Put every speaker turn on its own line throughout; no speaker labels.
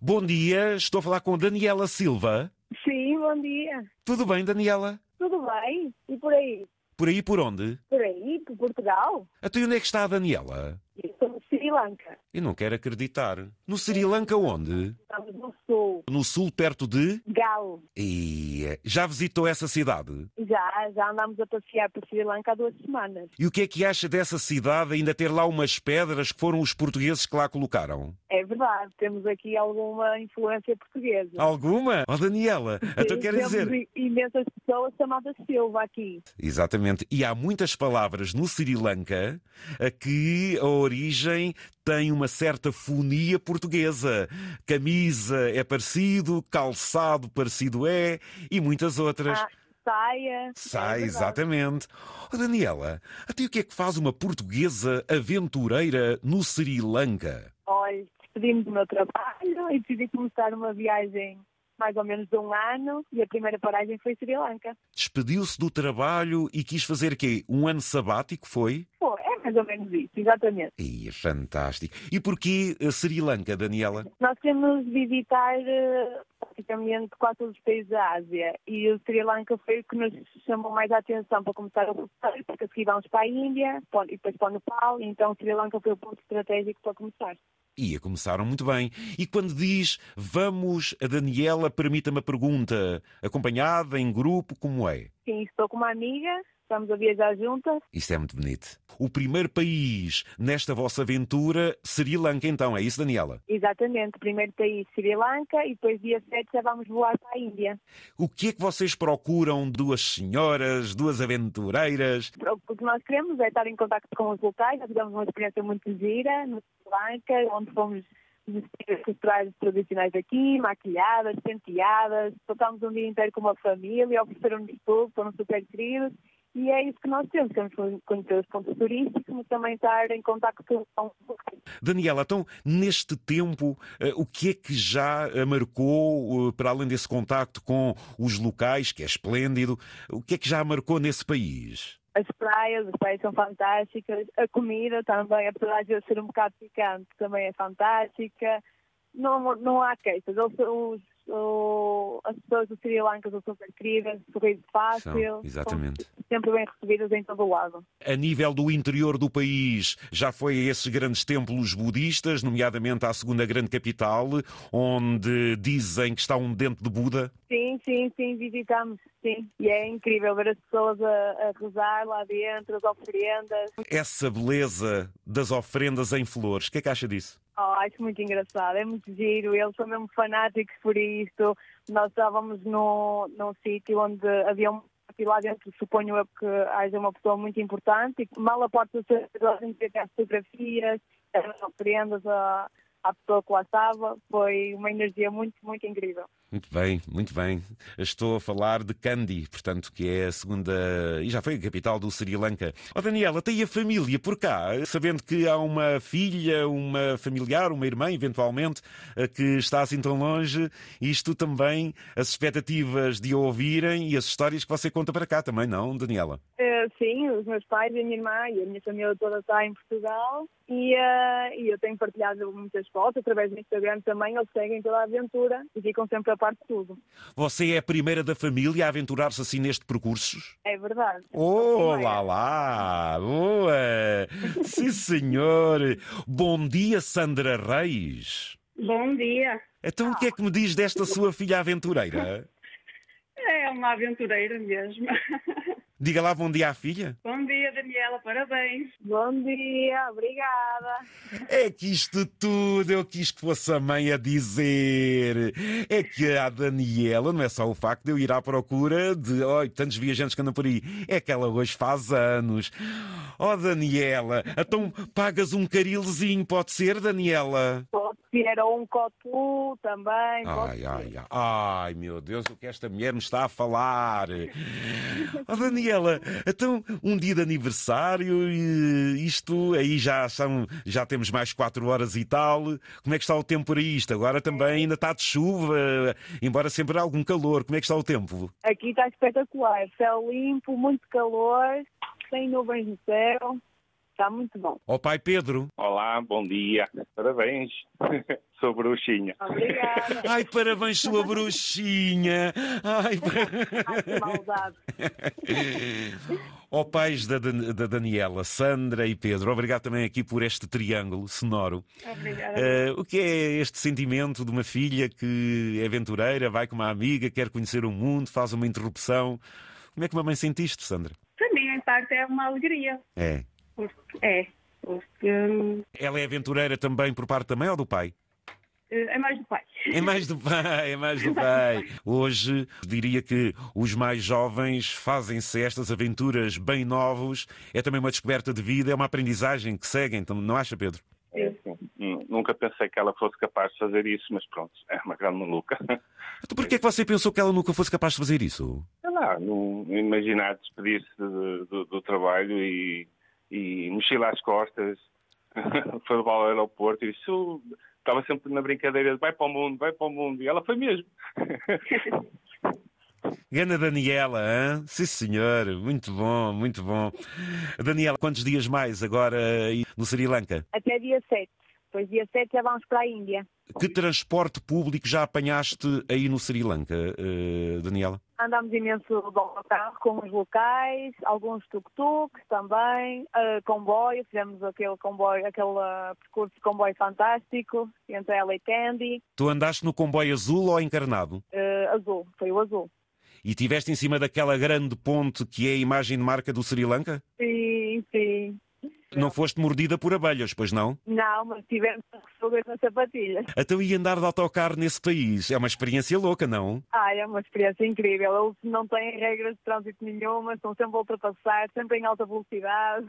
Bom dia, estou a falar com Daniela Silva.
Sim, bom dia.
Tudo bem, Daniela?
Tudo bem? E por aí?
Por aí por onde?
Por aí? Por Portugal?
Até onde é que está a Daniela?
Eu estou no Sri Lanka.
Eu não quero acreditar. No Sri Lanka onde?
Estamos no sul.
No sul, perto de...
Galo.
E eh, já visitou essa cidade?
Já, já andámos a passear por Sri Lanka há duas semanas.
E o que é que acha dessa cidade ainda ter lá umas pedras que foram os portugueses que lá colocaram?
É verdade, temos aqui alguma influência portuguesa.
Alguma? Oh, Daniela, então quer
temos
dizer...
i- imensas pessoas chamadas Silva aqui.
Exatamente. E há muitas palavras no Sri Lanka a que a origem tem uma certa fonia portuguesa. Camisa é parecido, calçado parecido é e muitas outras.
Ah, saia.
Sai,
É verdade.
exatamente. Oh, Daniela, até o que é que faz uma portuguesa aventureira no Sri Lanka?
Olha, despedi-me do meu trabalho e decidi começar uma viagem mais ou menos de um ano e a primeira paragem foi Sri Lanka.
Despediu-se do trabalho e quis fazer quê? Um ano sabático, foi?
Pô, é mais ou menos isso, exatamente.
Ih, fantástico. E porquê eh, Sri Lanka, Daniela?
Nós queremos visitar eh, praticamente quase todos os países da Ásia e o Sri Lanka foi o que nos chamou mais a atenção para começar o roteiro, porque a seguir vamos para a Índia para- e depois para o Nepal, então o Sri Lanka foi o ponto estratégico para começar.
Ia, começaram muito bem. E quando diz vamos, a Daniela permita-me a pergunta, acompanhada, em grupo, como é?
Sim, estou com uma amiga, estamos a viajar juntas,
Isto é muito bonito. O primeiro país nesta vossa aventura, Sri Lanka, então, é isso, Daniela?
exatamente, primeiro país Sri Lanka e depois dia 7 já vamos voar para a Índia.
O que é que vocês procuram, duas senhoras, duas aventureiras?
O que nós queremos é estar em contato com os locais. Nós tivemos uma experiência muito gira no Sri Lanka, onde fomos vestir culturais tradicionais aqui, maquilhadas, penteadas. Passámos um dia inteiro com uma família, ofereceram-nos tudo, foram super queridos. E é isso que nós temos. Queremos conhecer os pontos turísticos, mas também estar em contato com os locais.
Daniela, então, neste tempo, eh, o que é que já eh, marcou, eh, para além desse contacto com os locais, que é esplêndido, o que é que já marcou nesse país?
As praias, as praias são fantásticas. A comida também, apesar de eu ser um bocado picante, também é fantástica. Não, não há queixas. Eles são os- o- as pessoas do Sri Lanka são super incríveis, sorriso fácil.
São, exatamente.
São sempre bem recebidas em todo o lado.
A nível do interior do país, já foi a esses grandes templos budistas, nomeadamente à segunda grande capital, onde dizem que está um dente de Buda.
Sim, sim, sim, visitamos, sim. E é incrível ver as pessoas a, a rezar lá dentro, as oferendas.
Essa beleza das ofrendas em flores, o que é que acha disso?
Oh, acho muito engraçado, é muito giro. Eles são mesmo fanáticos por isto. Nós estávamos num, num sítio onde havia um e lá dentro, suponho eu que haja uma pessoa muito importante, e que mal a porta do servidor, a gente vê as fotografias, as oferendas à, à pessoa que lá estava. Foi uma energia muito, muito incrível.
Muito bem, muito bem. Estou a falar de Kandy, portanto, que é a segunda e já foi a capital do Sri Lanka. Oh, Ó Daniela, tem a família por cá, sabendo que há uma filha, uma familiar, uma irmã, eventualmente, eh, que está assim tão longe, isto também, as expectativas de a ouvirem e as histórias que você conta para cá também, não, Daniela?
Eh, sim, os meus pais, e a minha irmã e a minha família toda está em Portugal e, eh, e eu tenho partilhado muitas fotos através do Instagram também. Eles seguem toda a aventura e ficam sempre a parte de tudo.
Você é a primeira da família a aventurar-se assim neste percurso?
É verdade.
Oh,
Primeira.
lá, lá! Boa! Sim, senhor! Bom dia, Sandra Reis!
Bom dia.
Então, o que é que me diz desta sua filha aventureira?
É uma aventureira mesmo.
Diga lá bom dia à filha.
Bom dia, Daniela. Parabéns.
Bom dia, obrigada.
É que isto tudo eu quis que fosse a mãe a dizer. É que a Daniela, não é só o facto de eu ir à procura de oh, tantos viajantes que andam por aí, é que ela hoje faz anos. Oh, Daniela, então pagas um carilzinho, pode ser, Daniela?
Pode ser ou um cotu também. pode
Ai,
ser.
ai, ai, ai, meu Deus, o que esta mulher me está a falar? Oh, Daniela, então um dia de aniversário, e isto aí já são, já temos mais quatro horas e tal. Como é que está o tempo para isto? Agora também ainda está de chuva, embora sempre há algum calor. Como é que está o tempo?
Aqui está espetacular. Céu limpo, muito calor, sem nuvens no céu. Está está muito bom.
Ao pai Pedro.
Olá, bom dia. Parabéns. Sou bruxinha.
Obrigada.
Ai, parabéns, sua bruxinha. Ai,
Ai, que maldade.
Ó pais da, Dan- da Daniela, Sandra e Pedro, obrigado também aqui por este triângulo sonoro.
Obrigada.
Eh, o que é este sentimento de uma filha que é aventureira, vai com uma amiga, quer conhecer o mundo, faz uma interrupção? Como é que uma mãe sente isto, Sandra?
Para mim, em parte, é uma alegria.
É.
Porque, é, porque hum,
Ela é aventureira também por parte da mãe ou do pai?
é mais do pai.
É mais do pai, é mais do pai. Hoje diria que os mais jovens fazem-se estas aventuras bem novos. É também uma descoberta de vida, é uma aprendizagem que seguem, então, não acha, Pedro?
É assim, nu- Nunca pensei que ela fosse capaz de fazer isso, mas pronto, é uma grande maluca.
Então porquê é que você pensou que ela nunca fosse capaz de fazer isso?
Sei lá, não imaginar despedir-se de- do, do trabalho e, e mochilar as costas, foi levar ao aeroporto e isso estava sempre na brincadeira de vai para o mundo, vai para o mundo, e ela foi mesmo.
Gana Daniela, hã? Sim, senhor. Muito bom, muito bom. Daniela, quantos dias mais agora aí no Sri Lanka?
Até dia 7. Depois dia 7 já vamos para a Índia.
Que transporte público já apanhaste aí no Sri Lanka, eh, Daniela?
Andámos imenso bom no carro com os locais, alguns tuk-tuks também, ah, comboio, fizemos aquele comboio, aquele ah, percurso de comboio fantástico entre ela e Candy,
Tu andaste no comboio azul ou encarnado?
ah, azul, foi o azul.
E tiveste em cima daquela grande ponte que é a imagem de marca do Sri Lanka?
Sim, sim.
Não foste mordida por abelhas, pois não?
Não, mas tivemos fugas nas sapatilhas.
Então ia andar de autocarro nesse país. É uma experiência louca, não?
Ai, é uma experiência incrível. Eles não têm regras de trânsito nenhuma, estão sempre a ultrapassar, sempre em alta velocidade.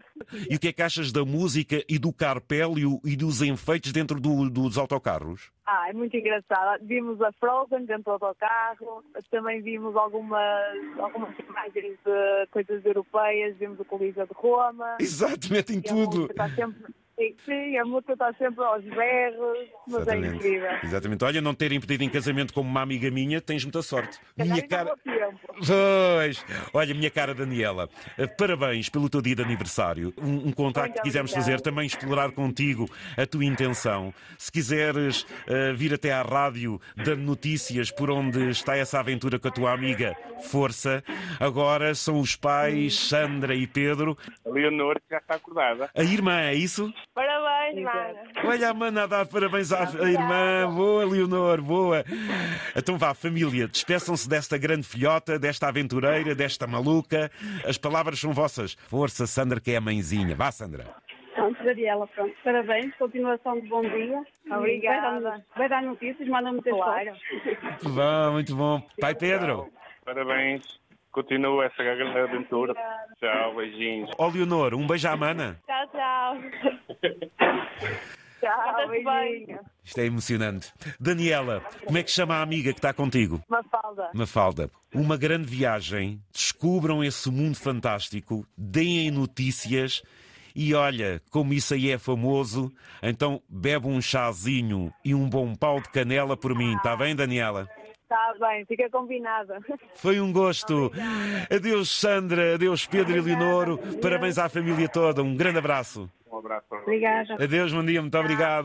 E o que é que achas da música e do carpélio e dos enfeites dentro do- dos autocarros?
Ah, é muito engraçado. Vimos a Frozen dentro do carro, também vimos algumas, algumas imagens de coisas europeias, vimos o Coliseu de Roma.
Exatamente, em
E é a
tudo.
música está sempre- Sim, Sim, a música está sempre aos berros, mas é incrível.
Exatamente. Olha, não terem pedido em casamento como uma amiga minha, tens muita sorte.
Calhar
Minha
ainda
cara.
vou a tempo.
Pois! Olha, minha cara Daniela, eh, parabéns pelo teu dia de aniversário. Um, um contacto
Muito
que quisemos
obrigada.
fazer, também explorar contigo a tua intenção. Se quiseres eh, vir até à rádio dando notícias por onde está essa aventura com a tua amiga, força. Agora são os pais, Sandra e Pedro.
A Leonor já está acordada.
A irmã, é isso?
Parabéns,
Exato.
Mana.
Olha a mana a dar parabéns à à irmã. Boa, Leonor, boa. Então vá, família, despeçam-se desta grande filhota, desta aventureira, desta maluca. As palavras são vossas. Força, Sandra, que é a mãezinha. Vá, Sandra.
Pronto, Daniela, pronto. Parabéns, continuação de bom dia.
Obrigada.
Vai dar, vai dar notícias, manda-me ter
Claro.
Muito bom, muito bom. Pai Pedro.
Parabéns. Continua essa grande aventura. Tchau, beijinhos.
Ó, Leonor, um beijo à mana.
Tchau, tchau.
Tchau,
Porta-te bem.
beijinho.
Isto é emocionante. Daniela, como é que chama a amiga que está contigo?
Mafalda.
Mafalda, uma grande viagem, descubram esse mundo fantástico, deem notícias e olha, como isso aí é famoso, então bebe um chazinho e um bom pau de canela por mim, está bem, Daniela?
Está tá bem, fica combinada.
Foi um gosto. Adeus, Sandra, adeus, Pedro e Leonoro, parabéns à família toda, um grande abraço.
Um abraço para vocês.
Obrigada.
Adeus, bom dia, muito obrigado.